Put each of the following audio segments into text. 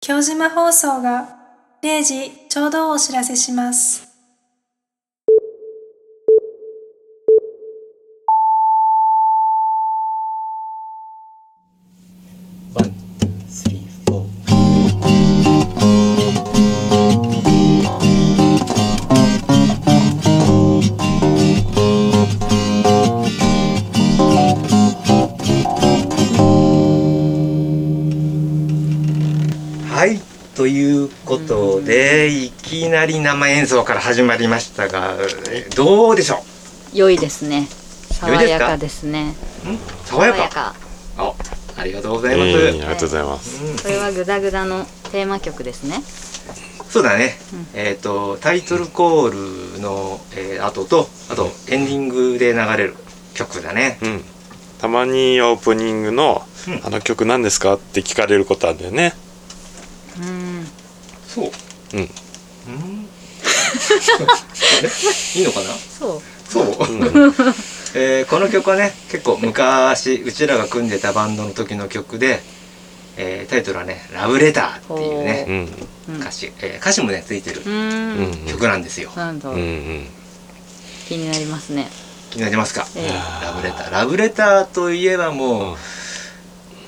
京島放送が0時ちょうどをお知らせします。ワン、ツー、スリー、フォー。はい、ということで、いきなり生演奏から始まりましたが、えどうでしょ良いですね。爽良いですかやかですね。う。ん爽やか。か。あ、ありがとうございます。えー、ありがとうございます。うんこれはグダグダのテーマ曲ですね。そうだね、うんえっ、とタイトルコールの、えー後とあとエンディングで流れる曲だねうん。たまにオープニングの、うんあの曲何ですかって聞かれることあるんだよね。うん。そううんうんいいのかなそう。そう、 えーこの曲はね結構昔うちらが組んでたバンドの時の曲で、えータイトルはね「ラブレター」っていううねん。うん。歌詞、えー歌詞もねついてるう。うんん。曲なんですよ、なんだうん。うん。気になりますね。気になりますか、えラブレターラブレターといえばもう、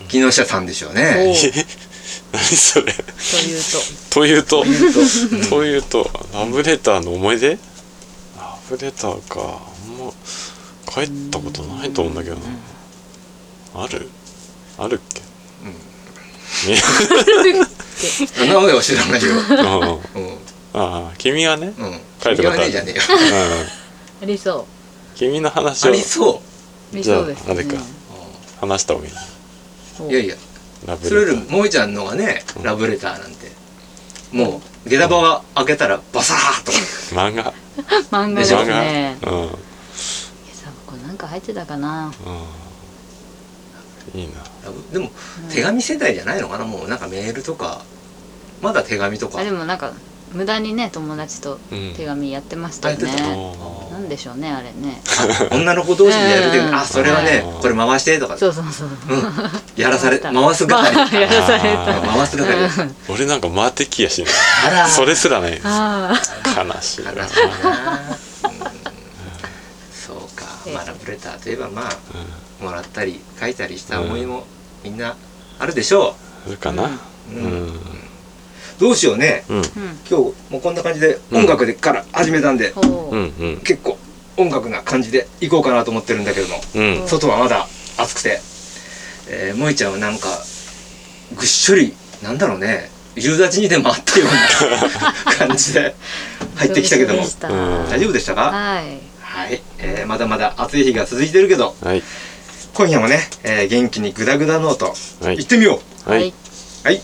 木下さんでしょうえ。おねう。 何それ。というと。というと、うんという と、ラブレターの思い出ラブレターか。あんま、帰ったことないと思うんだけどな。あるあるっけね そんなことは知らないよ。 うんうん。ああ、君はね、うん。書いたこと言わあるねえじゃねえよ。うん、ありそ。君の話あをりそうじゃあ理想ですねあれか話した方がいい。おう。うんいやいや、ラブレそタれーよりも、萌えちゃんのがね、ラブレターなんて。もう、下駄場が開けたら、バサーっと。漫画漫画です漫ね。画うんえ、さ、これなんか入ってたかな。うんいいなラブでも、手紙世代じゃないのかなもう、なんかメールとか、まだ手紙とか。あ、でもなんか無駄にね友達と手紙やってましたようんあやってね。おなんでしょうねあれね。女の子同士でやるうで、んあ、それはねう、んこれ回してとか、そうそうそう。やらされ、回した回す係。まあやらされあーた。回す係。ー俺なんか回ってきやしないあら、それすらない悲ああ。しいな悲しいな。うんそうか、ええまあ、ラブレターといえば、まあ、もらったり書いたりした思いもみんなあるでしょするかなう、ううんんうんどうしようねうんうん。今日もうこんな感じでうん音楽でから始めたんで、ほう。うん結構音楽な感じで行こうかなと思ってるんだけども、うん外はまだ暑くて、えー、萌ちゃんはなんかぐっしょりなんだろうね夕立にでもあったような感じで入ってきたけどもびっくりしたうん大丈夫でしたかはい。はい、えーまだまだ暑い日が続いてるけどはい今夜もね、えー元気にグダグダノート、はい行ってみようはい。はい。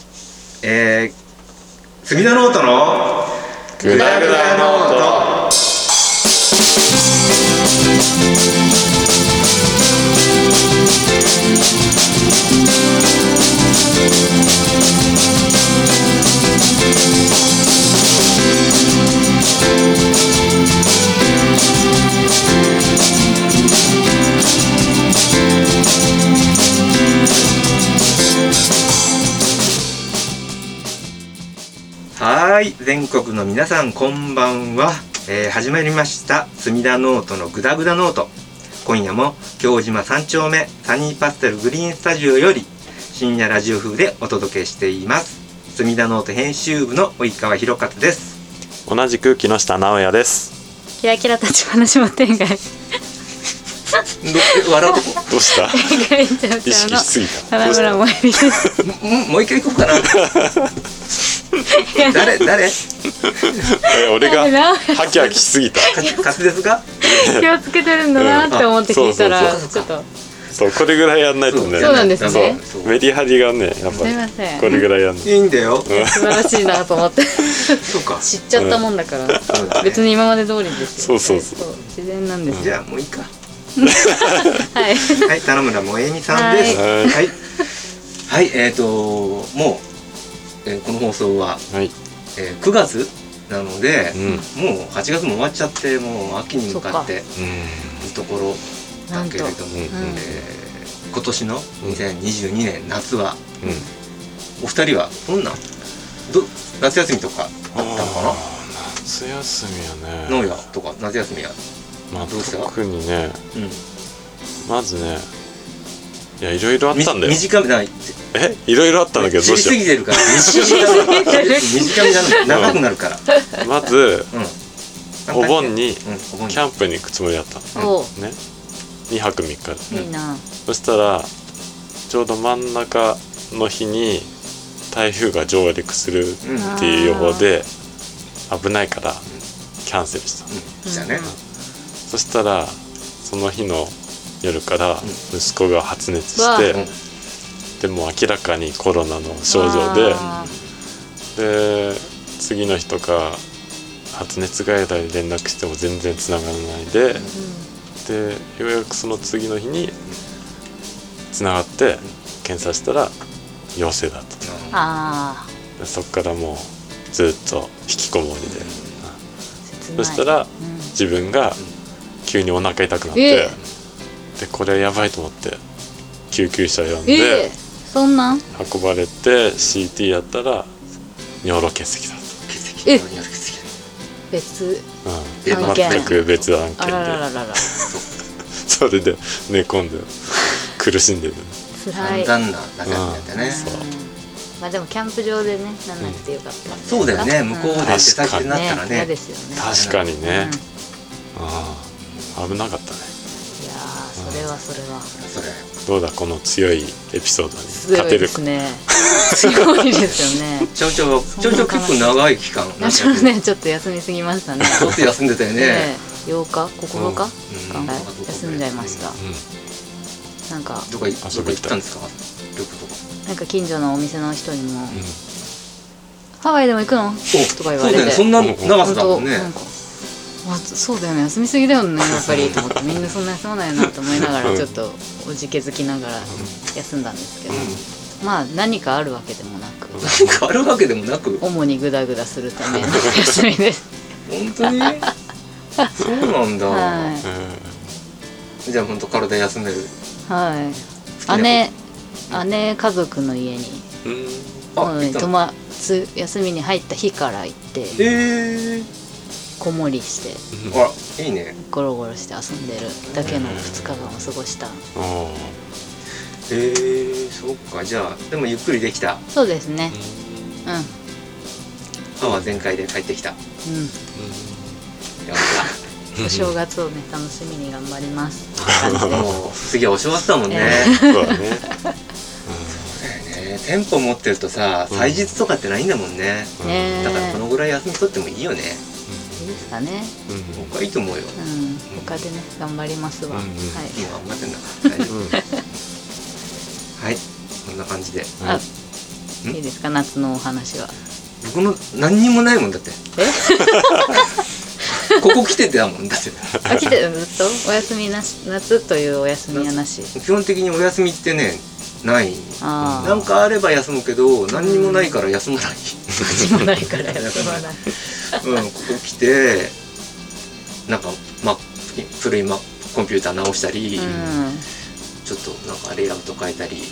えー、杉田ノートのグダグダノート。はーい。全国の皆さん、こんばんは。えー、始まりました。隅田ノートのグダグダノート。今夜も、京島三丁目、サニーパステルグリーンスタジオより、深夜ラジオ風でお届けしています。隅田ノート編集部の及川博勝です。同じく木下直也ですキラキラ立ち話も天外ど笑うとこどうした 天外ちゃう意ちゃう識のしすぎた花どうし村た萌実です。んもう一回行こうかな。誰誰え俺がなんで直ハキハキしすぎた滑舌が気をつけてるんだなって思って聞いたらうんあそうちそょうっとそうこれぐらいやんないとねそうなんですねそうメリハリがねやっぱりすいませんこれぐらいやんないいいんだよ。素晴らしいなと思ってそうか。知っちゃったもんだからそうだね別に今まで通りですよそうそうそうそう自然なんですじよゃあもういいか。はいはい、田野村萌美さんです。ははいい。はい、えっ、ともう、えーこの放送は、はいえー9月なのでう、んもう8月も終わっちゃって、もう秋に向かっているところだけれども、うんえうんー今年の2022年夏は、うんお二人はどんなど夏休みとかあったのあかー夏休みやなね農業とか夏休みやまあどうした特にねうんまずねいやいろいろあったんだよみ短めないえいろいろあったんだけどど知うりすしぎよてるから短めだ短めだ長くなるからうまずうんお盆にうんお盆にキャンプに行くつもりだったおうね2泊3日でいいなそしたらちょうど真ん中の日に台風が上陸するっうんていう予報で危ないからキャンセルしたうんじゃあねそしたらその日の夜から息子が発熱しうんてでもう明らかにコロナの症状であで次の日とか発熱外来に連絡しても全然つながらないでーうんでようやくその次の日につながって検査したら陽性だったあでそっからもうずっと引きこもりでー切ないそしたらうん自分が急にお腹痛くなって、えでこれやばいと思って救急車呼んえでえそんなん運ばれて CT やったら尿路結石だっ血液え尿液血液別た、うん、案件全く別案あ件ららでらららそれで寝込んで苦しんでる辛いだんだん夏休みだったねそうまあでもキャンプ場でねなんなくてよかった、そうだよね向こうで出確先かにになったら嫌ねですよね確かにねうん、うん、危なかったねいやーそれはそれはそれどうだこの強いエピソードに勝強ているでかすね強いです よねちょうちょうちょうちょう結構長い期間私もねちょっと休みすぎましたねちょっと休んでたよねね8日9日うん間休んじゃいましたうなんかどこいどこ行ったんですか旅行とかなんか近所のお店の人にもんうん「ハワイでも行くの?」とか言わそれうだよねてそんな長さだもんね本当なんかあそうだよね休みすぎだよねやっぱ りと思ってみんなそんな休まないよなと思いながらちょっとおじけづきながら休んだんですけど、まあ何かあるわけでもなくなんかあるわけでもなく主にグダグダするための 休み です。本当にそうなんだ、はじゃあ本当体休めるい、はい、姉姉家族の家に、うんうんあ、う行ん、ったとのまつ休みに入った日から行ってえー、こもりしてうんあらいいねゴロゴロして遊んでるだけの2日間を過ごしたおーえー、そっかじゃあでもゆっくりできたそうですねううんパワー全開で帰ってきたやうんっお正月をね楽しみに頑張ります。 たもう次はお正月だもんね、んそうだねね店舗持ってるとさうん祭日とかってないんだもんね、うんねえだからこのぐらい休み取ってもいいよねいいですかね。うん僕はいいと思うようん他でね頑張りますわ。うんうんはい。今頑張ってんだから 大丈夫うんはいこんな感じであうんいいですか夏のお話は。僕も何にもないもんだってえ？ここ来ててだもんだってあ来てるずっとお休みなし夏というお休みはなし。基本的にお休みってねないああ。なんかあれば休むけど何にもないから休まない、口もないから休まない。うん、ここ来てなんか、ま、古い、ま、コンピューター直したり、うちょっとなんかレイアウト変えたり、んうん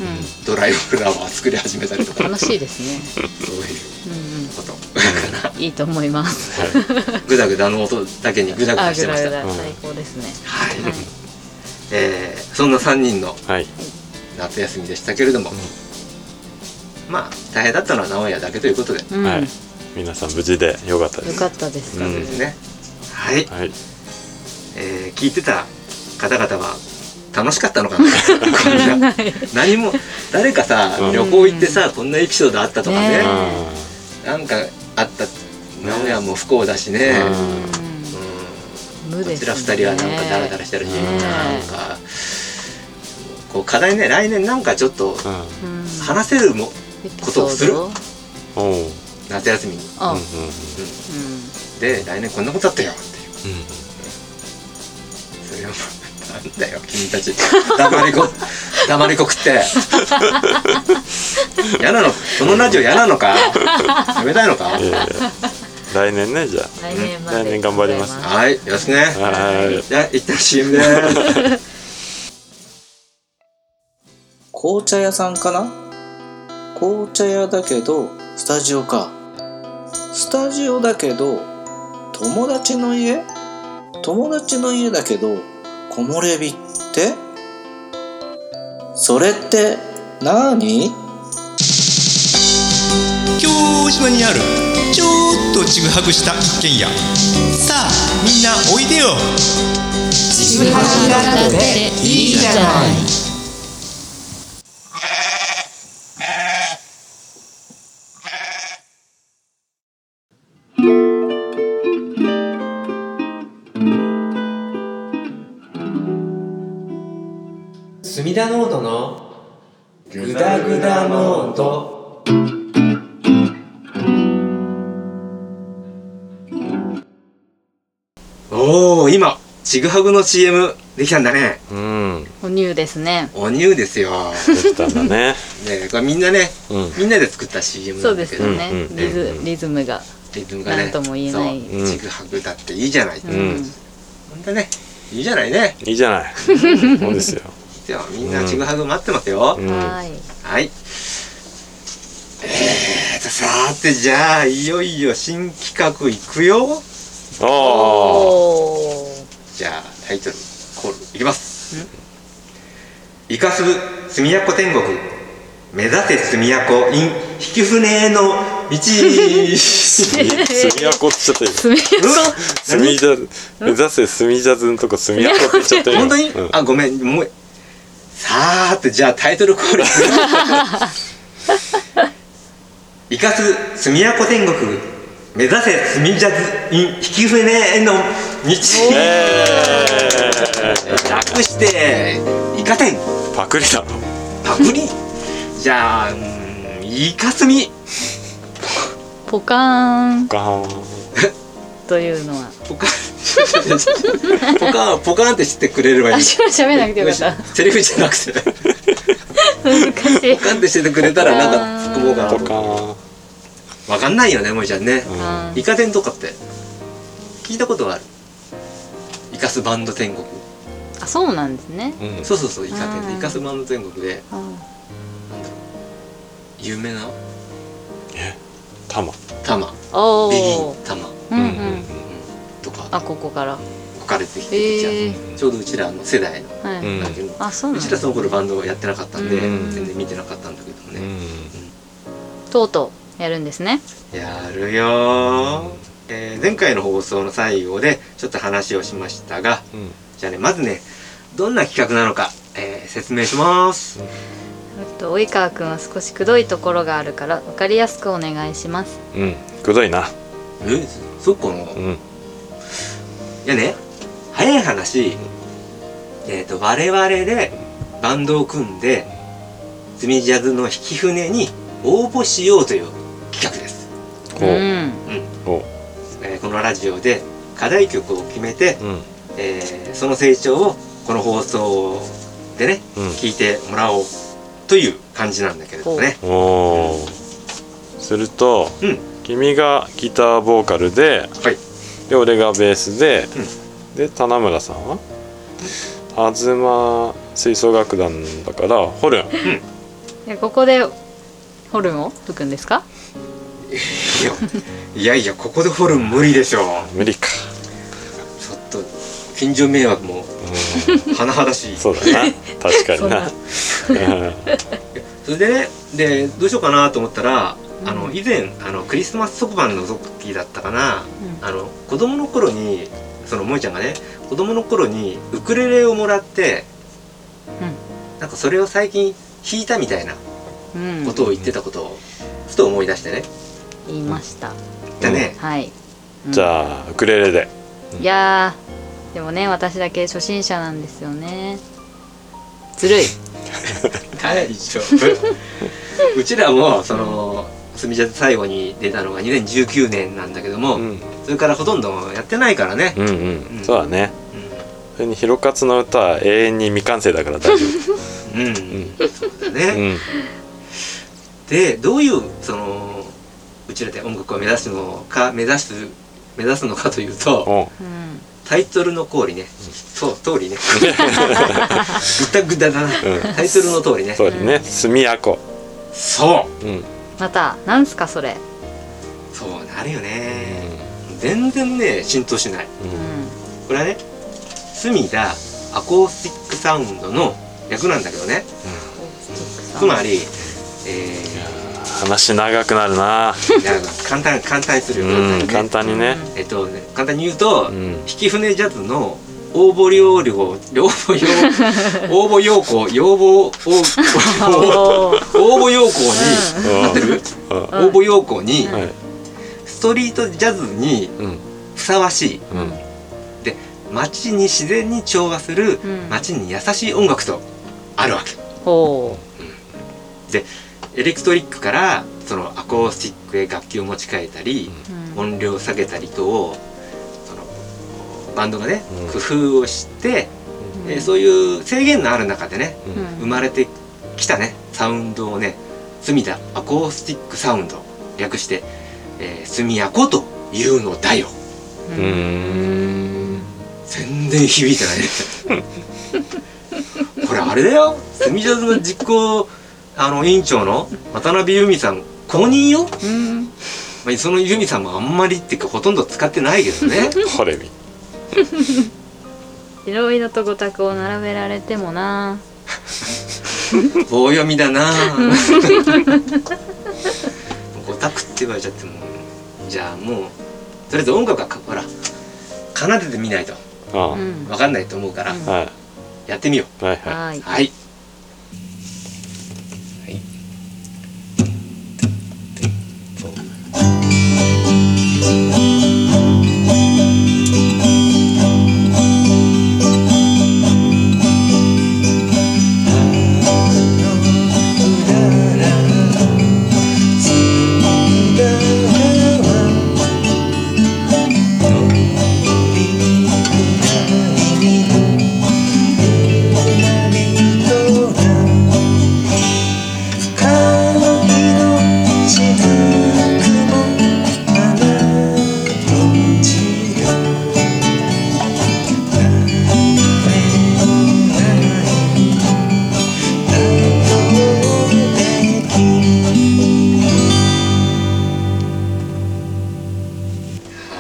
ドライフラワー作り始めたりと か楽しいですね。そういううことんうんいいと思います。グダグダの音だけにグダグあダしぐてまらしぐたら最高ですね。はい、はい。えーそんな3人のはい夏休みでしたけれども、まあ大変だったのは直哉だけということで、うんはい皆さん無事でよかったでよすかったです。うんですねはい、はいえー聞いてた方々は楽しかったのかなこんな何も誰かさ、うん旅行行ってさこんなエピソードあったとかねねなんかあった名古屋も不幸だしね、ううんん無こですちね。ら2人はなんかダラダラしてるし、ねなんかこう課題ね来年なんかちょっとうんうんうん話せるもことをするエピソードおう夏休みにあ、ううんうんんで来年こんなことあったよっていうそれをなんだよ君たち黙り こ黙りこくって嫌なのこのラジオ嫌なのかやめたいのかうんいやいや来年ねじゃ来年ま来で年頑張りますはいよろしくあねはいじゃあ一旦 CM でーす紅茶屋さんかな紅茶屋だけどスタジオかスタジオだけど友達の家友達の家だけど木漏れ日ってそれって何京島にあるちょっとちぐはぐした一軒家さあみんなおいでよいいじゃない隅田ノートのグダグダノートおお今ちぐはぐの CM できたんだねうん哺乳ですねおニューですよ、できたんだねね、これみんなね、うんみんなで作った CM なそうんでだけすどよね、うんうんうんリズリズムがリズムがねなんとも言えないそううんちぐはぐだっていいじゃない、うほん、ん、ほんとねいいじゃないねいいじゃないそうですよではみんなちぐはぐ待ってますよ、 うんはーいはい。えーと、さーて、じゃあ、いよいよ新企画いくよ。ああおーじゃあ、タイトル、コール、いきます。イカスブ、住みやこ天国。目指せ住みやこ in、引き船への道。墨やこっちょっといいすみ墨じゃ目指せ墨じゃずんとこ墨やこって言っちゃったよ 本当に、うんあ、ごめん、もう、さーて、じゃあ、タイトルコールいく よ。イカスブ、住みやこ天国。目指せ住みじゃず in、引き船への道。え略してイカ天ーパクリだろパクリじゃあうーんイカスミポカーンガーンというのはポカンポカンポカンってしてくれればいいあしゃ喋らなくてよかったセリフじゃなくてポ難しいカンってしててくれたらなんか突っ込もうかなとかわかんないよねもえちゃんねあーイカ天とかって聞いたことはあるイカスバンド天国あそうなんですねうんそうそうそうイカ天あでーイカスバンド天国であなんだろう有名な玉玉ーおビギンー玉うんうんとかあここから置かれてきてえきちゃうーちょうどうちらの世代のはういんなんていうのあそううなんちだらその頃バンドをやってなかったんで、うん全然見てなかったんだけどもうんうね、んとうとうやるんですねやるよー、えー前回の放送の最後でちょっと話をしましたがうんじゃあねまずねどんな企画なのか、えー説明しますえっと及川くんは少しくどいところがあるから分かりやすくお願いしますうんくどいなえそっかな、ういんやね早い話、えっと我々でバンドを組んで積みジャズの引き船に応募しようという企画ですおううんおうえーこのラジオで課題曲を決めて、うんえーその成長をこの放送でね、うん聞いてもらおうという感じなんだけれどもねおおするとうん君がギターボーカルではいで俺がベースでで棚村さんは東吹奏楽団だからホルンでここでホルンを吹くんですかいやいやいやここでホルン無理で しょう無理かちょっと近所迷惑もうん甚だしい そうだな確かになそれでねでどうしようかなと思ったら、うんあの以前あのクリスマス特番の時だったかな、うんあの子供の頃にその萌ちゃんがね子供の頃にウクレレをもらって、なんかそれを最近弾いたみたいなうんことを言ってたことをふと思い出してね。言いましただね、はいうんじゃあウクレレでいやーでもね私だけ初心者なんですよねずるい大丈夫 うちらもそのスミジャズ最後に出たのが2019年なんだけども、うんそれからほとんどやってないからね、うんうんそうだねそれに「ひろかつの歌」は永遠に未完成だから大丈うん、うんそうだね、夫うんでどういうそのうちらで音楽を目指すのか目指す目指すのかというとおううんタイトルの通りねそう通りねぐだぐだだな、タイトルの通りねそうだね「すみやこそう」うんまたなんすかそれそうなんあるよね、全然ね浸透しないこれはね隅田アコースティックサウンドの略なんだけどねつまり、え話長くなるなー、いや簡単簡単にするよ、うん簡単簡にね単にねえっとね、簡単に言うと、うん引き船ジャズの応募要領応募要応募要項要望応募おー応募要項に、うん応募要項に、はいストリートジャズにうんふさわしいうん街に自然に調和するうん街に優しい音楽とあるわけほエレクトリックからそのアコースティックへ楽器を持ち替えたり、ううん音量を下げたりとをそのバンドがね、うん工夫をして、うんえーそういう制限のある中でねうん生まれてきたねサウンドをね隅田アコースティックサウンド略して「えー、隅アコ」というのだようーん全然響いてないねこれあれだよ住ジャズの実行あの委員長の渡辺由美さん公認よ、うんまあ、その由美さんもあんまりっていうかほとんど使ってないけどねこれみいろいろとごたくを並べられてもな棒読みだなごたくって言われちゃってもじゃあもうとりあえず音楽はかほら奏でてみないとあうはいん分かんないと思うから、うんはいやってみよはいうはいうはい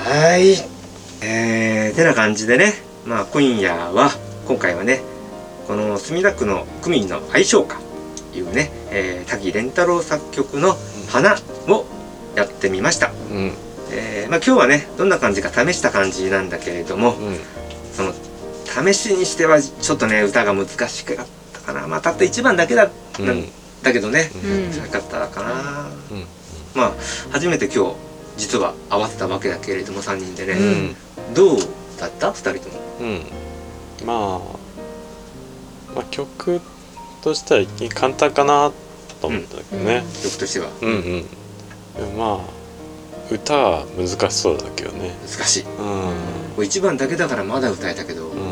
はいえー、てな感じでねまあ今夜は今回はねこの墨田区の区民の愛称歌というね、えー、滝蓮太郎作曲の「花」をやってみました、うんえーまあ、今日はねどんな感じか試した感じなんだけれどもうんその試しにしてはちょっとね歌が難しかったかなまあたった一番だけだ,、うんなんだけどねうん難しかったかな、うんまあ初めて今日実は合わせたわけだけれども3人でね、うんどうだった2人ともうんまあまあ曲としては一見簡単かなと思ったけどね曲としてはうんうんでもまあ歌は難しそうだけどね難しいうんこれ一番だけだからまだ歌えたけど、うんそう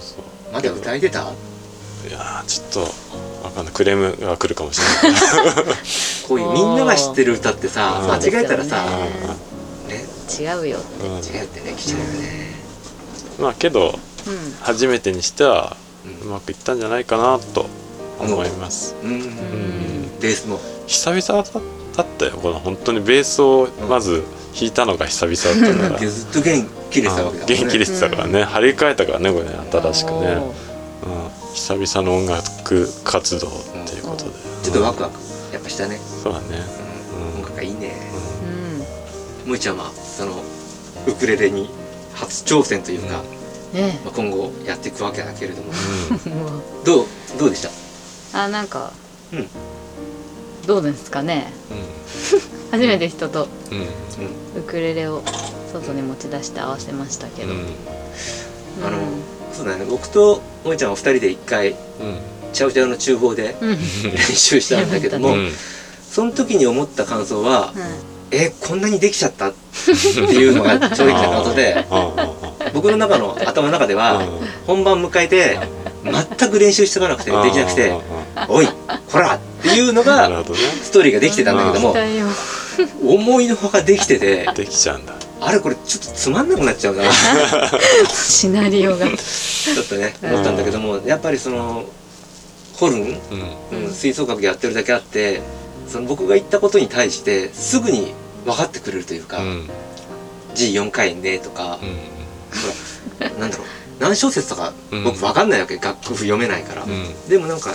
そうまだ歌えてたいやーちょっとわかんないクレームが来るかもしれないこういうみんなが知ってる歌ってさあ間ー違えたらさね違うようんうん違うってね来ちゃうよねまあけどう初めてにしてはううんまくいったんじゃないかなと思います、うんうんベースも久々だだったよこの本当にベースをまず弾いたのが久々だったから、ずっと元気でしたわけだもあんね元気でしたからね、張り替えたからねこれねん新しくね、うん、久々の音楽活動っていうことで、ちょっとワクワクやっぱしたね、そうだねうんうん音楽がいいねうんむいちゃんはそのウクレレに初挑戦というか、うんねまあ、今後やっていくわけだけれどもえもうどうどうでしたあなんかうんどうですかねう初めて人とんうんうウんクレレを外に持ち出して合わせましたけど、うんあのそうだね僕ともいちゃんは2人で1回チャウチャウの厨房でうん、うん練習したんだけども、うんうんその時に思った感想は、うえこんなにできちゃったっていうのが正直なことでああああ僕の中の頭の中では、うん本番迎えて全く練習しておかなくてできなくてあ「おいこら!」っていうのあああなるがほどねストーリーができてたんだけどん、も期待を思いのほかできててできちゃうんだあれこれちょっとつまんなくなっ ちゃうなちシナリオがょっとね思ったんだけどもやっぱりそのホルン、うんうん、吹奏楽やってるだけあってその僕が言ったことに対してすぐに分かってくれるというか、うん G4 回演でとか、ほらなんだろう何小節とかうん僕分かんないわけ、楽譜読めないから、うんうんでもなんか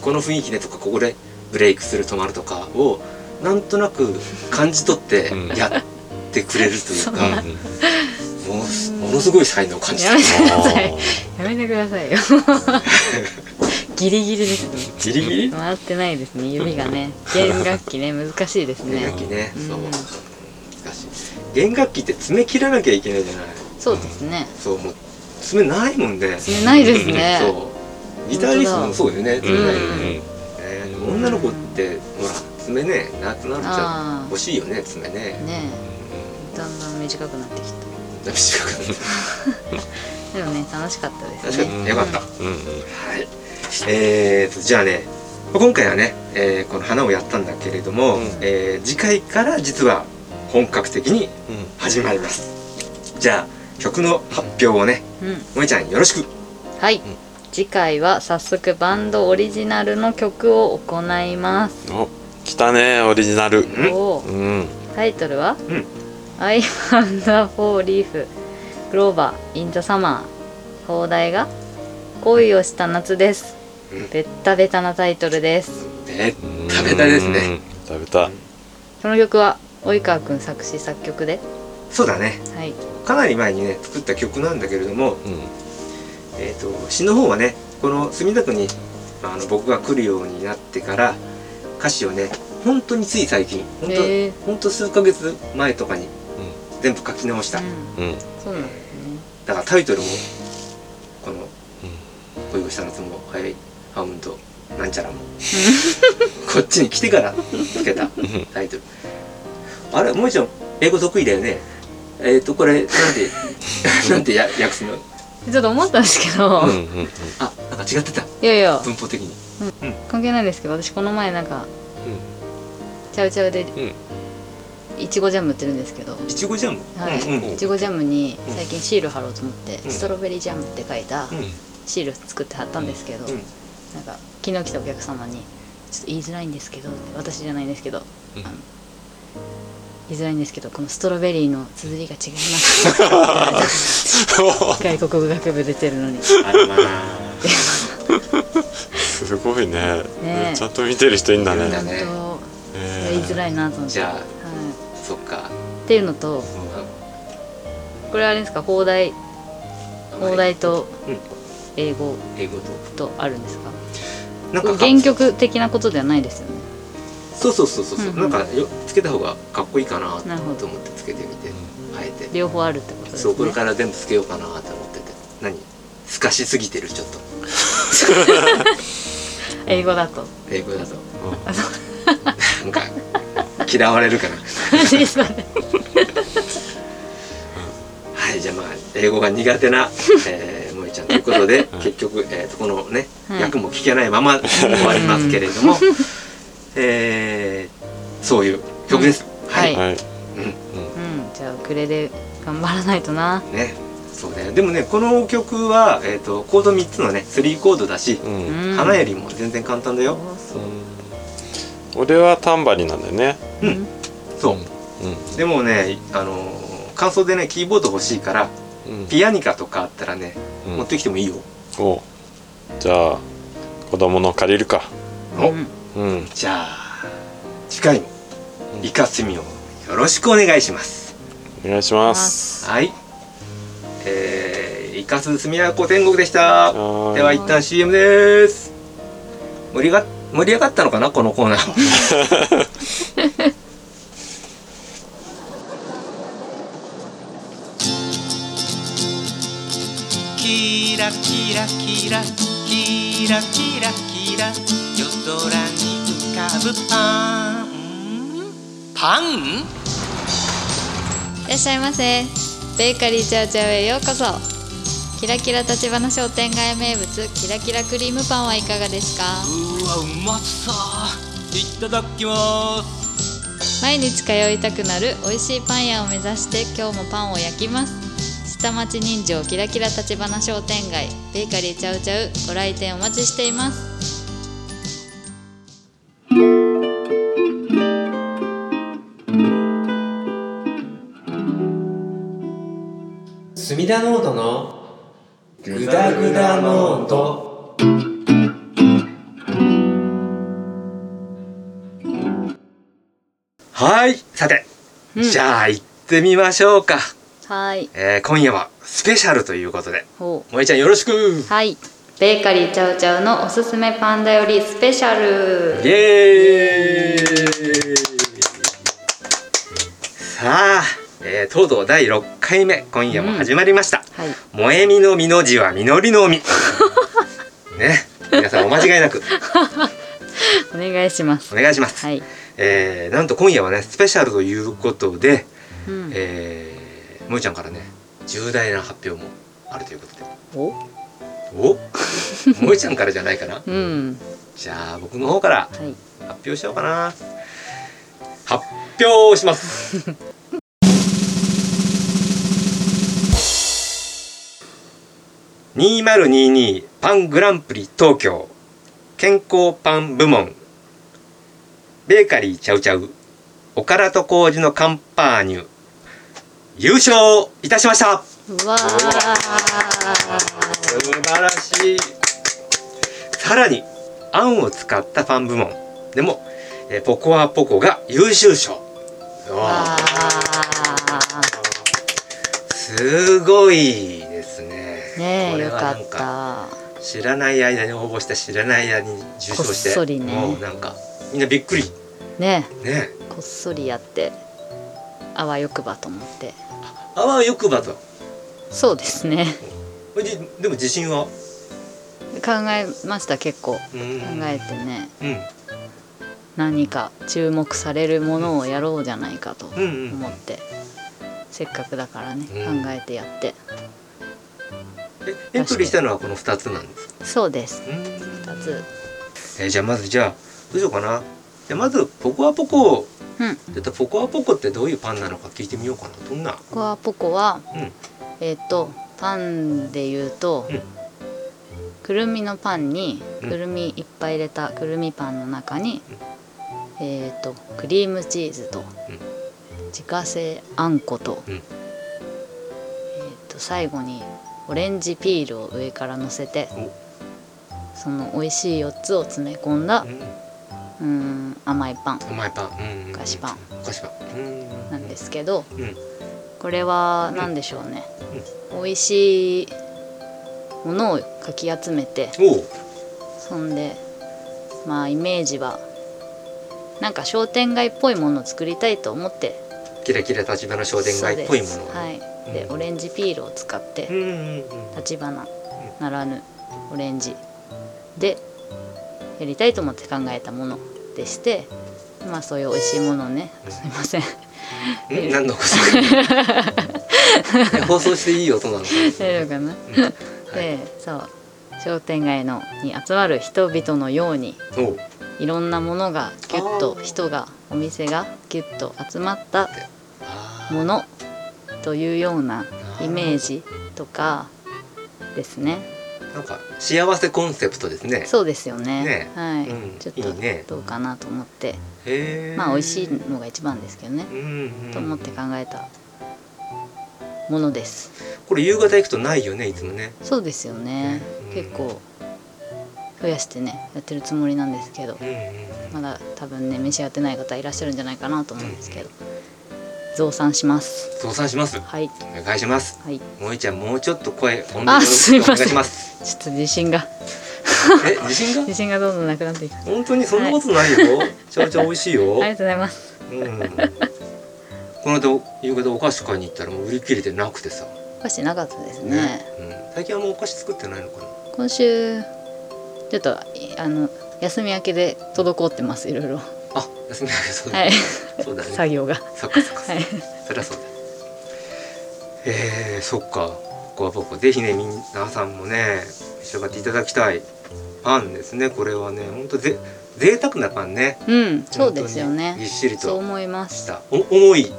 この雰囲気でとかここでブレイクする止まるとかをなんとなく感じ取ってうんやってくれるという うんか、ものすものすごい才能を感じてやるめてくださいあやめてくださいよギリギリですねギリギリ回ってないですね指がね弦楽器ね難しいです弦ね楽器ね、うんそううん難しい弦楽器って爪切らなきゃいけないじゃないそうですねそうもう爪ないもんで、それないですねそうギタリストもそうよね爪ないよね、ーえーでも女の子ってほら爪ねなくなっちゃあーう欲しいよね爪 ねねえだんだん短くなってき短くなってたでもね楽しかったです確ねかによかった、うんうんはいえーとじゃあね今回はね、えーこの花をやったんだけれども、うんえー次回から実は本格的にうん始まりますじゃあ曲の発表をねうん萌ちゃんよろしくはい、次回は早速バンドオリジナルの曲を行います、お来たねオリジナルうんおーうんタイトルはうん「I found a four leaf clover in the summer」放題が「恋をした夏」ですうんベッタベタなタイトルですえ食べたいですねうん食べたこの曲は及川くん作詞作曲でそうだねはいかなり前にね作った曲なんだけれども、うんえー、と詩の方はねこの墨田区にあの僕が来るようになってから歌詞をね本当につい最近本当、へー本当数ヶ月前とかに全部書き直した、うんうんそうなんですねだからタイトルもこの「恋をした夏も早いハウンドなんちゃらも」こっちに来てからつけたんタイトルあれもう一度英語得意だよねえっ、とこ れなんてなんてや訳すの ちょっと思ったんですけど、うんうんうんあなんか違ってたいやいや文法的に関係ないですけど私この前なんかちゃうちゃうでんいちごジャム売ってるんですけど、いちごジャム、はいうんうんいちごジャムにうん最近シール貼ろうと思って、んストロベリージャムって書いたうんシール作って貼ったんですけど、うんなんか昨日来たお客様に「ちょっと言いづらいんですけど私じゃないんですけど、あの言いづらいんですけどこのストロベリーの綴りが違います」って言われ て外国語学部出てるのにあらまあすごいねねえちゃんと見てる人いんだいるんねだね本当え言いづらいなと思って、じゃあはい、そっかっていうのとこれあれですか放題放題とうん英語英語ととあるんですかなんか原曲的なことではないですよねそうそうそうそう、うんうなんんかよつけた方がかっこいいかななるほどと思ってつけてみてあえて、両方あるってことですねそうこれから全部つけようかなと思ってて何すかしすぎてるちょっと英語だ と英語だと、 なんか嫌われるかなはいじゃあまあ英語が苦手な、えー、萌ちゃんということで、結局、えーとこのね、はい役も聞けないまま終わりますけれども、えー、そういう曲です、は、はいい、はいうん、じゃあウクレレ頑張らないとなねそうだよでもねこの曲は、えー、とコード3つのね3コードだし、うんうんうん花よりも全然簡単だよ、俺はタンバリンなんだよねうんそううでもねあのー感想でねキーボード欲しいからんうんピアニカとかあったらね、うん持ってきてもいいよおじゃあ子供の借りるかおうんうんじゃあ次回もイカスミをよろしくお願いしますお願いしますはいえー、イカススミは古天国でしたはーいでは一旦 CM です盛りが盛り上がったのかなこのコーナーキラキラキラキラキラキラ夜空に浮かぶパンパンいらっしゃいませベーカリーチャーチャーへようこそキラキラ立花商店街名物キラキラクリームパンはいかがですかうわうまそういただきます毎日通いたくなる美味しいパン屋を目指して今日もパンを焼きます下町人情キラキラ立花商店街ベーカリーちゃうちゃうご来店お待ちしています墨田ノートのグダグダノートはいさて、うんじゃあ行ってみましょうか、はーいえー、今夜はスペシャルということでほ萌えちゃんよろしくうはいベーカリーちゃうちゃうのおすすめパンダよりスペシャイルエーイさあ、えー、とうとう第6回目今夜も始まりました、はい萌えみのみの字はみのり のみね皆さんお間違いなくお願いしますお願いします、はいえー、なんと今夜はねスペシャルということで、うんえー、萌えちゃんからね重大な発表もあるということでおお萌えちゃんからじゃないかなうんじゃあ僕の方からはい発表しようかな発表します 2022パングランプリ東京健康パン部門ベーカリーちゃうちゃうおからと麹のカンパーニュ優勝いたしましたうわー素晴らしいさらにあんを使ったパン部門でも、えーポコアポコが優秀賞わすごいですねーねこえれよはかなんっ、た知らない間に応募して知らない間に受賞してこっそりねもうなんかみんなびっくりねねえこっそりやってあわよくばと思ってあわよくばとそうですねほいででも自信は考えました結構考うんえてねうん何か注目されるものをやろうじゃないかとうんうん思ってせっかくだからねうん考えてやってえエントリーしたのはこの2つなんですそうですうん2つえーじゃあまずじゃあどうしようかなじゃあまずポコアポコうんちょっとポコアポコってどういうパンなのか聞いてみようかなどんなココアポコは、うんえっ、とパンで言うと、うんくるみのパンにうんくるみいっぱい入れたくるみパンの中に、えっ、とクリームチーズと、ん自家製あんこと、うんえっ、と最後にオレンジピールを上からのせてその美味しい4つを詰め込んだう、んうん、甘いパン甘いパンうんうんうん菓子パン菓子パンうんなんですけど、うんこれは何でしょうね、美味しいものをかき集めておうそんでまあイメージはなんか商店街っぽいものを作りたいと思ってキラキラ立花商店街っぽいもそのうをですねはいで、うんオレンジピールを使ってうんうんうん立花ならぬオレンジでやりたいと思って考えたものでしてまあそういう美味しいものをねすいませんうん何 のことか放送していい音なのか大丈夫かななはいでそう商店街のに集まる人々のようにおういろんなものがギュッと人がお店がギュッと集まったあーものというようなイメージとかですねなんか幸せコンセプトですねそうですよねねはい、うんちょっいいねとどうかなと思ってへえまあ美味しいのが一番ですけどねう、んとう思っんて考えたものですこれ夕方行くとないよねいつもねそうですよね、うん結構増やしてねやってるつもりなんですけどうんうんまだ多分ね召し上がってない方いらっしゃるんじゃないかなと思うんですけど増産します増産しますはいお願いしますはいちょ萌えちゃんもうちょっと声音あすいませんお願いしますっと自信が え自信が自信がどんどんなくなっていくあ本当にそんなことないよ、めちゃめちゃ美味しいよ、りがとうございますうんこの間夕方お菓子買いに行ったらもう売り切れてなくてさ、お菓子なかったですねうん、最近はもうお菓子作ってないのかな今週ちょっといあの休み明けで滞ってますいろいろあ休みだけどそうだ,、はいそう だね作業がそっかそっかそっはいかそりゃそうだえー、そっかごわぼこぜひね皆さんもね召し上がっていただきたいパンですねこれはねほんとぜ贅沢なパンねうんそうですよ本当にぎっねしりそうと思いましすたお重い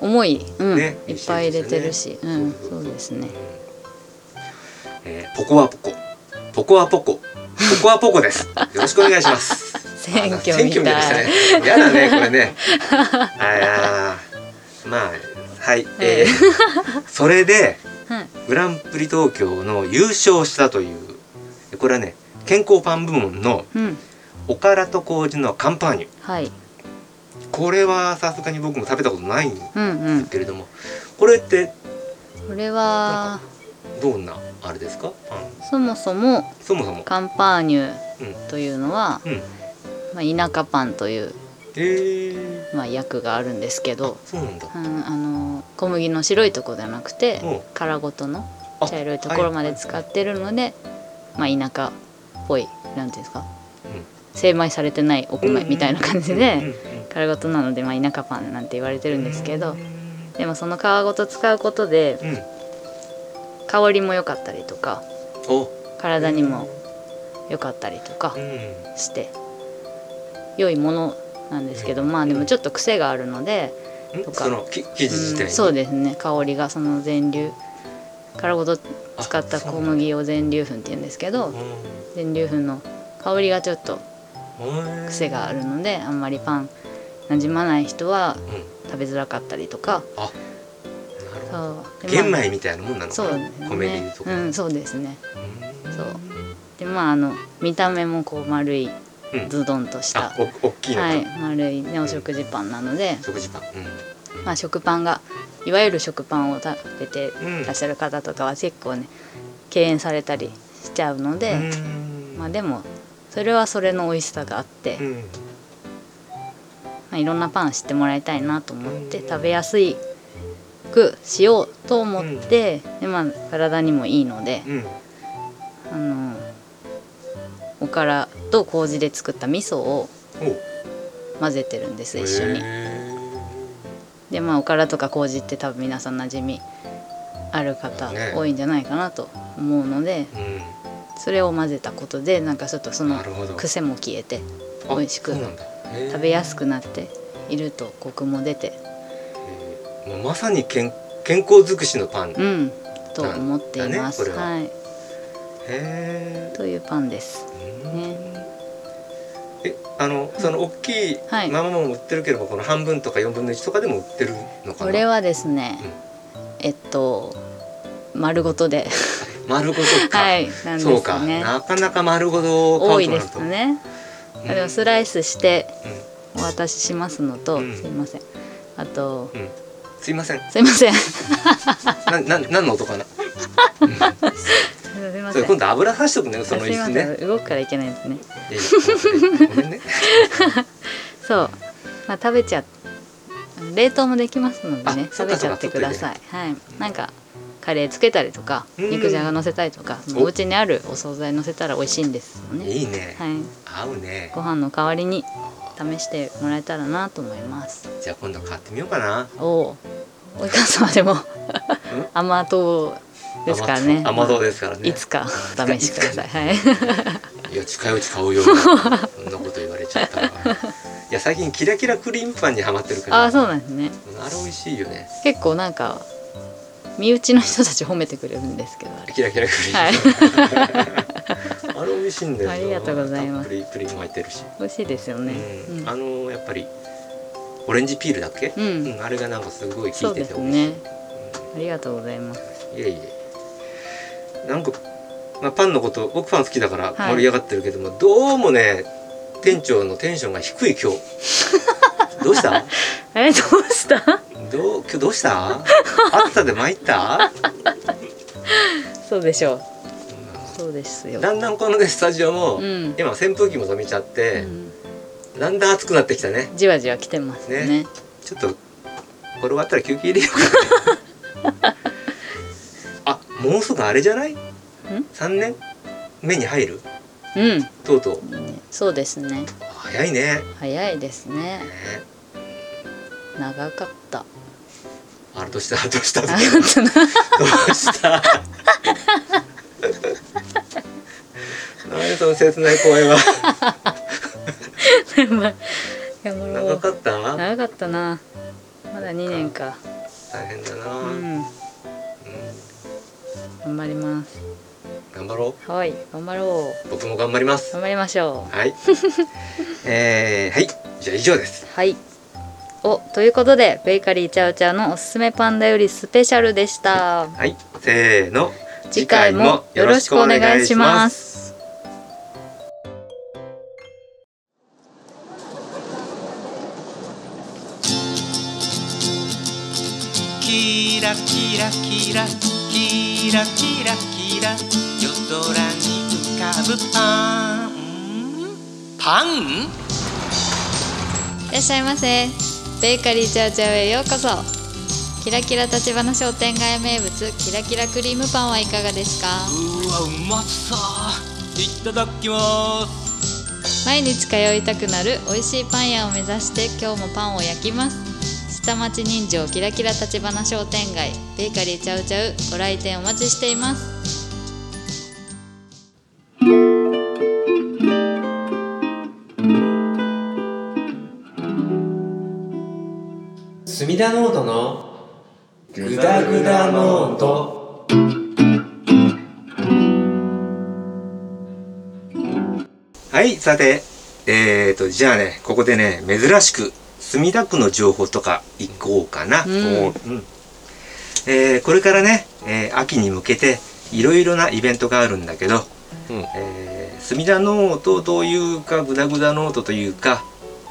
重い、うんねいっぱい入れてるし、一緒うんですよねそうですねえーポコアポコポコアポコポコアポコですよろしくお願いします 選挙みたでいしたねやだねこれねあーまあはい、えーそれで、はいグランプリ東京の優勝したというこれはね健康パン部門のうんおからと麹のカンパーニュはいこれはさすがに僕も食べたことないんでうんうんすけれどもこれってこれはどんなあれですかパンそもそもそもそもカンパーニうんュというのは、うんまあ、田舎パンという、ええまあ、役があるんですけど、そうなんだうん、あの小麦の白いとこではなくてうん殻ごとのあ茶色いところまで使ってるので、まあ、田舎っぽいなんていうんですか、ん精米されてないお米みたいな感じうんうんでうんうん殻ごとなので、まあ、田舎パンなんて言われてるんですけどでもその皮ごと使うことでうん香りも良かったりとかお体にも良かったりとかうんして良いものなんですけどまあでもちょっと癖があるので、とんかそのき生地自体うにん、そうですね香りがその全粒殻ごと使った小麦を全粒粉って言うんですけどう全粒粉の香りがちょっとんへえ癖があるのであんまりパン馴染まない人はうん食べづらかったりとかなるほどそうで玄まあ米みたいなもんなのそうかでなすね米でいうとこうんそうですねうんそうでまああの見た目もこう丸いうんズドンとしたあ、お大きいのかはい丸いねお食事パンなので、食事パンまあ、食パンがいわゆる食パンを食べてうんらっしゃる方とかは結構ね敬遠されたりしちゃうのうで、んまあ、でもそれはそれの美味しさがあって、うんまあ、いろんなパン知ってもらいたいなと思って食べやすいくしようと思って、でまあ、体にもいいので、うんあのおからと麹で作った味噌を混ぜてるんですお一緒に。へでまあおからとか麹って多分皆さん馴染みある方ね多いんじゃないかなと思うのでえうんそれを混ぜたことでなんかちょっとそのなるほど癖も消えてあ美味しくそうなんだへえ食べやすくなっているとコクも出てもうまさに健健康尽くしのパン、うへんと思っています、なんだねこれははいえというパンですねえあのその大きいはいままも売ってるけれども、この半分とか4分の1とかでも売ってるのかなこれはですねえっと丸ごとで丸ごとか、 はいなんそでうすかねなかなか丸ごと多買ういとなでるとすねんでもスライスしてお渡ししますのと、うんすいませんあとうん、うん、すいませんすいませんすな な何の音かないまそせんれ今度油さしとくねそのす椅いま子せんね動くからいけないですねいやい やごめんねそうまあ食べちゃ冷凍もできますのでねあそ食っべかちゃってくださいはいなんかカレーつけたりとかうん肉じゃが乗せたりとかおお家にあるお惣菜乗せたら美味しいんですよねいいね、はい合うねご飯の代わりに試してもらえたらなと思いますじゃあ今度買ってみようかなおおお母様でも甘党ですからね甘甘党ですからねいつかお試しくださ いはいいや近いうち買うよそんなこと言われちゃったらいや最近キラキラクリームパンにはまってるからああそうなんですねうんあれ美味しいよね結構なんか身内の人たち褒めてくれるんですけどあれキラキラクリーム、はい あれ美味しいんだよなありがとうございまたっすぷりプリンも入ってるし、美味しいですようねんうんあのやっぱりオレンジピールだっけ、うんあれがなんかすごい効そいうてでてす美味しいねありがとうございますいえいえなんか、まあ、パンのこと僕パン好きだからはい盛り上がってるけども、どうもね店長のテンションが低い今 日どうしたえどうしたどう今日どうした暑さで参 ったそうでしょうそうですよだんだんこのねスタジオも、うん今扇風機も止めちゃって、うんだんだん暑くなってきたねじわじわ来てますねねちょっとこれ終わったら休憩入れよう かなあもうすぐあれじゃない3年目に入るうんとうとうそうですねあ早いね早いですねね長かったあれどうしたどうした どあう本当だした 何その切ない声は頑張ろ長うかった長かったなまだ2年か大変だな、ううんん頑張ります頑張ろはい頑張ろう僕も頑張りまうす頑張りましょう はいえー、はいじゃあ以上ですはい。おということでベーカリーチャウチャウのおすすめパンダよりスペシャルでした。はいせーの次回もよろしくお願いします。キラキラキラキラキラキラ夜空に浮かぶパンパンいらっしゃいませベーカリーチャーチャーへようこそキラキラ立花商店街名物キラキラクリームパンはいかがですかうわうまそういただきます毎日通いたくなる美味しいパン屋を目指して今日もパンを焼きます下町人情キラキラ立花商店街ベーカリーチャウチャウご来店お待ちしています隅田ノートのグダグダノートはい、さて、えーと、じゃあね、ここでね、珍しく、墨田区の情報とか行こうかな。うんうんえーこれからね、えー秋に向けて、いろいろなイベントがあるんだけど、うんえー墨田ノートというか、グダグダノートというか、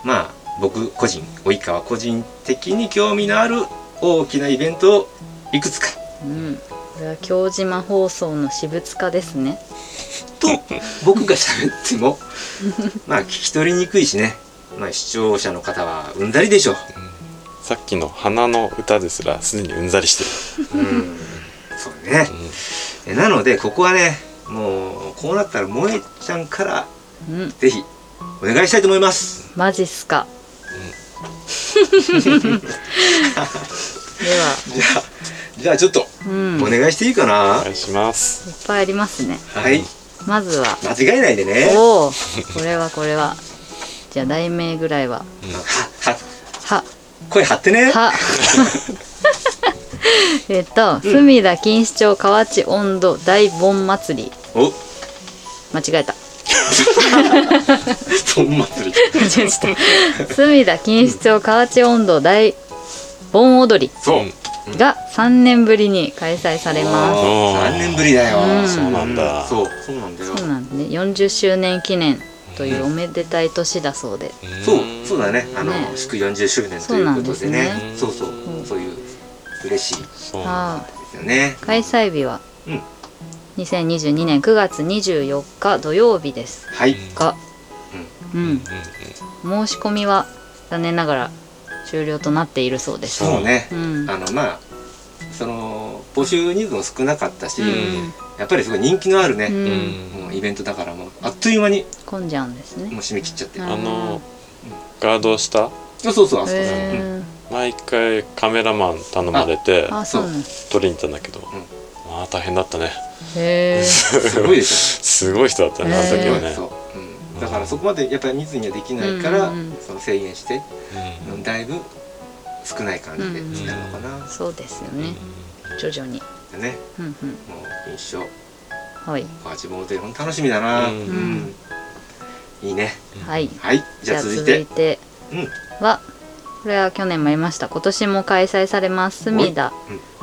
まあ、僕個人、及川個人的に興味のある大きなイベントをいくつかうんこれは京島放送の私物化ですね と僕が喋ってもまあ聞き取りにくいしね、まあ、視聴者の方はうんざりでしょう、さっきの花の歌ですらすでにうんざりしてうん、そうねえる、なのでここはねもうこうなったら萌えちゃんからうんぜひお願いしたいと思いますマジっすか、 ではじゃあじゃあちょっとうんお願いしていいかな、お願いしますいっぱいありますねはいまずは間違えないでねおおこれはこれはじゃあ題名ぐらいはははは声張ってねは えっと「隅田錦糸町河内温度大盆祭りお」間違えたそん祭り間違えちゃった隅田錦糸町河内温度大盆踊そう、うんりが3年ぶりに開催されますおー3年ぶりだよ、うんそうなんだうそうそうなんだよそうなんでね40周年記念というおめでたい年だそうでそう、そうだね。あの、ね祝40周年ということでね。そそそうううねうんそういう嬉しいでそうなんあだすよね。開催日はうん2022年9月24日土曜日ですはい。が、うん、申し込みは残念ながら終了となっているそうです。そうねう。ん、あのまあその募集人数も少なかったし、うんやっぱりすごい人気のあるうね、うんうん、んもうイベントだからもうあっという間に混んじゃうんですね。もう締め切っちゃってる。うあんあのガードしたそうそうあそこだ。うんへ毎回カメラマン頼まれてー、あ、そうなん撮りに行ったんだけど、まあ大変だったねへ ーすごいでしすごい人だったねあのょ。時はね、そう。うんだからそこまでやっぱり人数にはできないから、うんうんその制限して、うんだいぶ少ない感じでうんやるのかな。そうですよね。徐々に。でね、うんうん、もう印象。はい、まあ、自分も本当楽しみだな、うんうんいいねはい。はいじゃあ続いてうんは、これは去年もやりました。今年も開催されます。隅田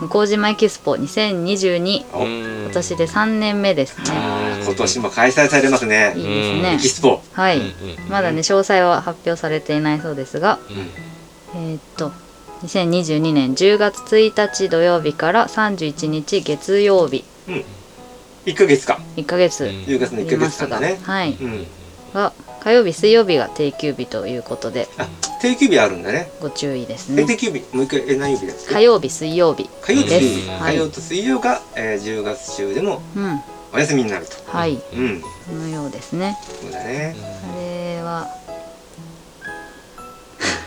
向島エキスポ2022。おうん今年で3年目ですね。あー今年も開催されますねいいエでキすね。スポはい。うんまだね詳細は発表されていないそうですが、んえーっと2022年10月1日土曜日から31日月曜日1ヶ月か1ヶ月うん10月あの1りヶま月す間が、だねはい、うんが火曜日水曜日が定休日ということであ定休日あるんだねご注意ですえね定休日もう一回え何曜日だっけ火曜日水曜日火曜とで水す曜は火い、曜と水曜が、えー10月中でもうんお休みになるとはいうんこのようですねそうだねあれは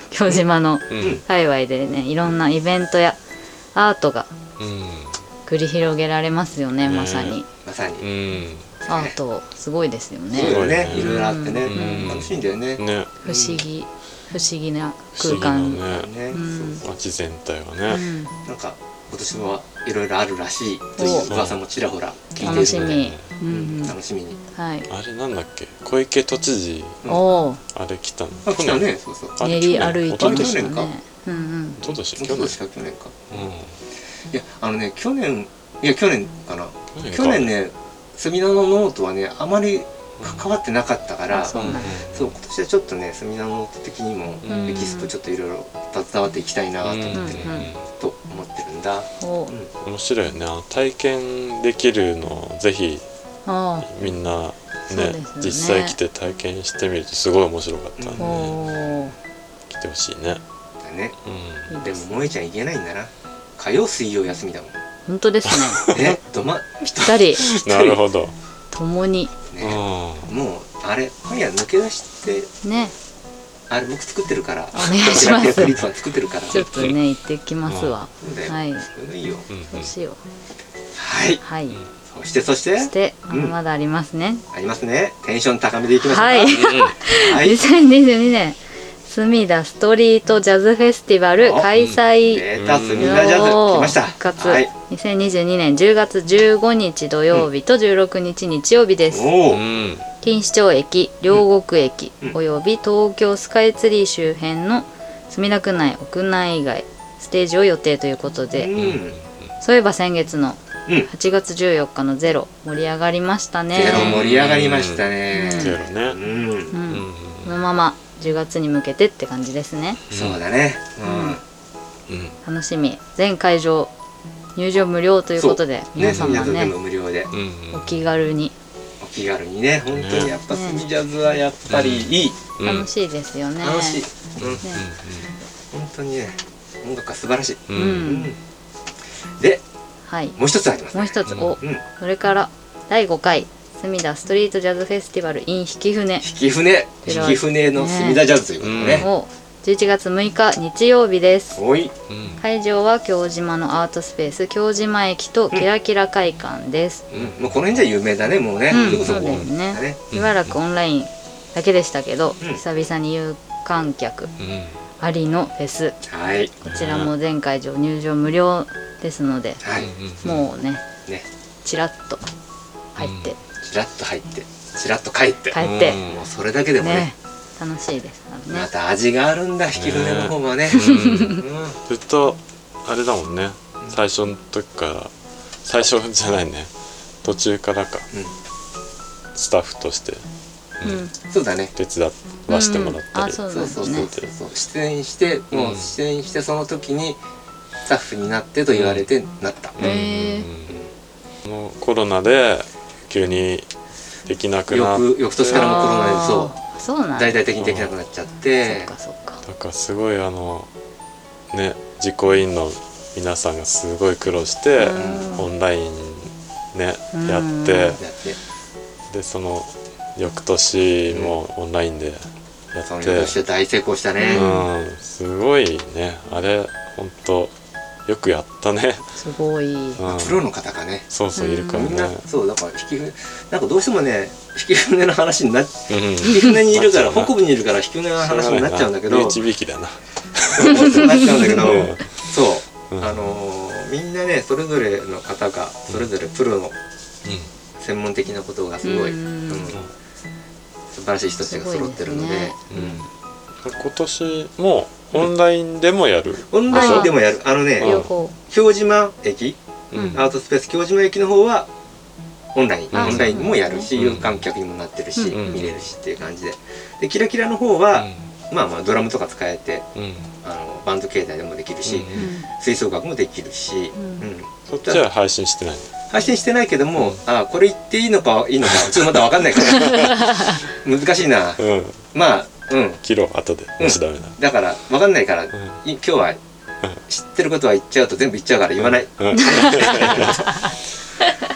京島のうん界隈でねいろんなイベントやアートが繰り広げられますよねねまさにまさにうんうんアートすごいですよそうだねよねうんいろいろあってねうん楽しいんだよねね不思議不思議な不空思議間、なねねうん街全体がうね、ん、なんか今年もいろいろあるらしいという噂もちらほら聞いてるので楽しみ、うんうん楽しみに。はい、あれなんだっけ小池都知事うんおおあれ来たのあ、来たね、そうそう。あ練り歩いて去ま年した去年かねうんうん一昨年去去年年しか去年か。うんいや、あのね、去年いや去年かな去年ね隅田のノートはねあまり関わってなかったから、そうなんだそう今年はちょっとね隅田のノート的にもうんエキスポちょっといろいろ携わっていきたいなと,、うんと思ってるんだおー面白いよねあの体験できるのぜひあみんなそうねですよね実際来て体験してみるとすごい面白かったんーで、おー来てほしいだね、ねうん、いいでもです萌えちゃん行けないんだな火曜水曜休みだもん本当ですねねどまぴったりなるほど、共にねうんもうあれ今夜抜け出してねあれ僕作ってるからお願いし ますクリップは作ってるからちょっとね行ってきますわそうだよはいそれがいいようんうんどうしようはいはいそしてそしてそしてうんまだありますねありますねテンション高めでいきましょうかはいはい2022年隅田ストリートジャズフェスティバルお開催データスミナジャズ来ました復活、はい2022年10月15日土曜日と16日日曜日です、おおうん錦糸町駅両国駅、うんおよび東京スカイツリー周辺の墨田区内屋内外ステージを予定ということうで、んそういえば先月のうん8月14日の「ゼロ盛り上がりましたゼロね盛り上がりましたねゼロね、うん、ううんん、うんそのまま10月に向けてって感じですねそうだねうん楽しみ全会場入場無料ということでうんね皆ミナジャ様ズでねも無料でうんお気軽にお気軽にね本当にやっぱスミジャズはやっぱりいいうん楽しいですよね、楽しいうんね本当にね音楽は素晴らしいうんううんうんんではいもう一つありますもう一つうんおうんそれから第5回隅田ストリートジャズフェスティバル in 引き船引き船こちら引き船のスミダジャズということでねを11月6日日曜日ですおいうん会場は京島のアートスペース京島駅とキラキラ会館です、うんもうこの辺じゃ有名だねもうねうんすぐそそうこだよねだねうんしばらくオンラインだけでしたけど、うん久々に有観客うんありのフェスはいこちらも全会場入場無料ですので、はいもうねねチラッと入って、ちらっと入ってちらっと帰って帰って、うんもうそれだけでもねね楽しいですからねまた味があるんだ引き船の方はねうんうんずっとあれだもんね最初の時から最初じゃないね途中からか、うんスタッフとしてうんそうだね手伝わしてもらっうたり、んあそうそうそうそうそうそう出演してもううん出演してその時にスタッフになってと言われてなったへえこのコロナで急にできなくなっ翌翌年からもコロナでそううそうなんだ大々的にできなくなっちゃってそっかそっかだからすごいあのね自己委員の皆さんがすごい苦労して、うんオンラインね、うんやってやってでその翌年もオンラインでやそっのて、翌して大成功したねうん、すごいねあれ本当よくやったね、すごい、うん、プロの方がねそうそういるからみんなね、そうだから引き船なんかどうしてもね引き船の話になっうん、引き船にいるからなっちゃうな北部にいるから引き船の話になっちゃうんだけど導きだなそうなっちゃうんだけどうんそううんあのーみんなねそれぞれの方がそれぞれプロの専門的なことがすごい、うんうん素晴らしい人たちが揃ってるのでうん、今年もオンラインでもやる、オンラインでもやるあのね、両方京島駅ううんんアートスペース京島駅の方はオンラインあオンラインもやるしうん有観客にもなってるし、うん見れるしっていう感じででキラキラの方は、まあまあドラムとか使えてうんうんあのバンド形態でもできるし、うん吹奏楽もできるし、うんうんそっちは配信してない配信してないけども、うんあこれ言っていいのかいいのかちょっとまだ分かんないから難しいなうんまあうん切ろう後でもしダメだ、だから分かんないから、いうん今日は知ってることは言っちゃうと全部言っちゃうから言わない、うん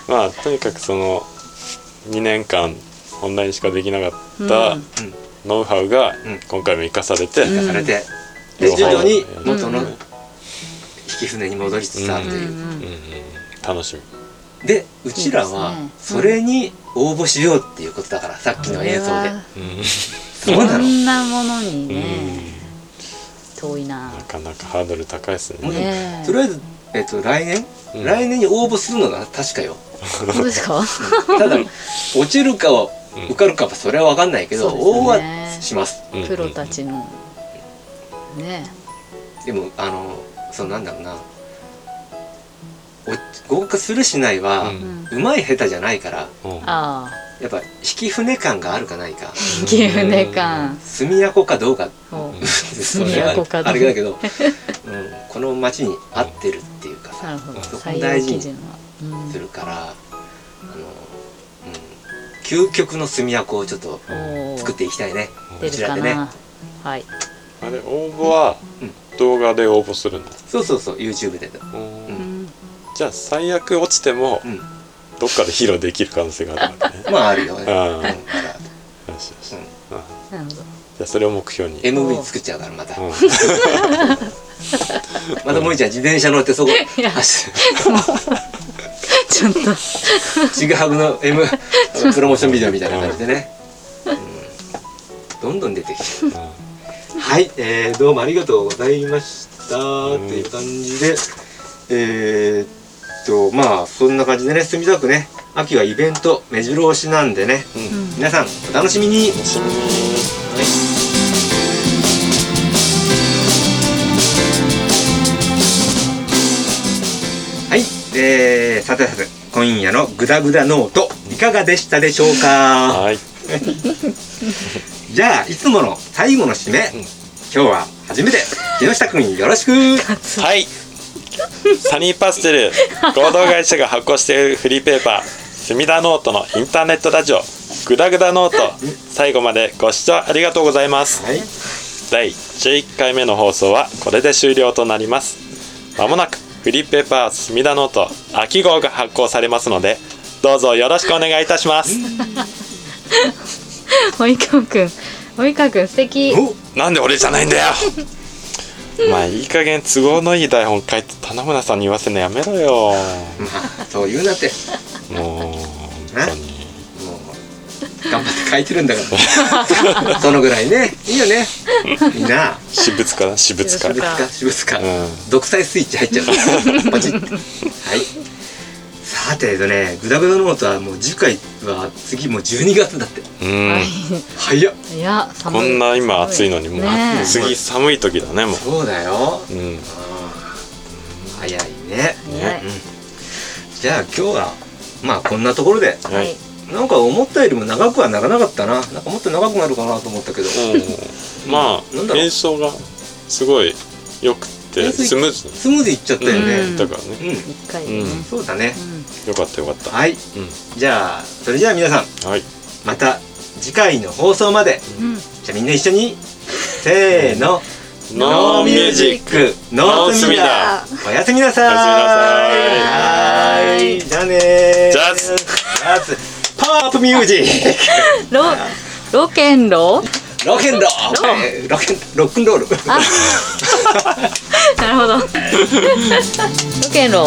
まあとにかくその2年間オンラインしかできなかったうんノウハウがん今回も生かされて、うんされてで両方徐々にうん元のうん引き船に戻りつつあるとうんういう、うんんうん楽しみでうちらはいいですねそれに応募しようっていうことだからさっきの映像でうんそうなこのんなものにねう遠いなんなかなかハードル高いですね、うんねえとりあえず、えっと来年、うん来年に応募するのが確かよ本当ですかただ落ちるかはうん受かるかはそれは分かんないけど、そうです応募よねはしますうんプロたちのねでもあのそのなんだろうなお合格するしないは、うんうんうまい下手じゃないからうんああやっぱ引き船感があるかないか牛ね感住みやこかどうかほうそれ住みやこはかどうかあれだけど、うん、この町に合ってるっていうかなさるほどそこ採大用事基に準はうんするからあの、うん、究極の住みやこをちょっとお作っーていきたいね出こちるらかでねなはいあれ応募はうん動画で応募するの、そうそうそう YouTube でうんうんじゃあ最悪落ちてもうんどっかで披露できる可能性があるわけね まああるよね、うん、あだかあよしよし、うんあなるほどじゃあそれを目標に、ら MV 作っちゃうからまたうんまたもいちゃん自転車乗ってそこいや走るちょっとちぐはぐの M プロモーションビデオみたいな感じでね、うん、どんどん出てきちゃうはい、えー、どうもありがとうございましたんっていう感じでえー、っとまあそんな感じでね墨田区ね秋はイベント目白押しなんでね、うん皆さんお楽しみに、楽しみにはい、えー、さてさて今夜のグダグダノートいかがでしたでしょうかはいじゃあいつもの最後の締め、ん今日は初めて木下くんよろしくはい。サニーパステル合同会社が発行しているフリーペーパー墨田ノートのインターネットラジオグダグダノート最後までご視聴ありがとうございますはい第11回目の放送はこれで終了となりますまもなくフリーペーパー墨田ノート秋号が発行されますのでどうぞよろしくお願いいたします及川くん及川くん素敵おなんで俺じゃないんだよ まあいい加減都合のいい台本書いて棚村さんに言わせるのやめろよまあそう言うなってもう本当にもう頑張って書いてるんだからそのぐら いねいいよねみんな私物かな私物か私物私物か私物か、うん独裁スイッチ入っちゃうポチッてはいさてえっとねグダグダノートはもう次回は次もう12月だってうん早っいや寒いこんな今暑いのにもうねえ次寒い時だねもそうだよううん早いねねじゃあ今日はまあこんなところでははいいなんか思ったよりも長くはならなかったななんかもっと長くなるかなと思ったけどうんまあなんだろう印象がすごい良くてスムーズスムーズいっちゃったようんねだからうねん、一回でねうんそうだねよかったよかったはいうんじゃあそれじゃあ皆さんはいまた次回の放送までうんうんじゃあみんな一緒にせーのノーミュージッククノースミダおやすみなさーいおやすみなはーいじゃあねージャズジャズパワーアップミュージックロロケンロロケンロールロケンロックンロール なるほど ロケンロ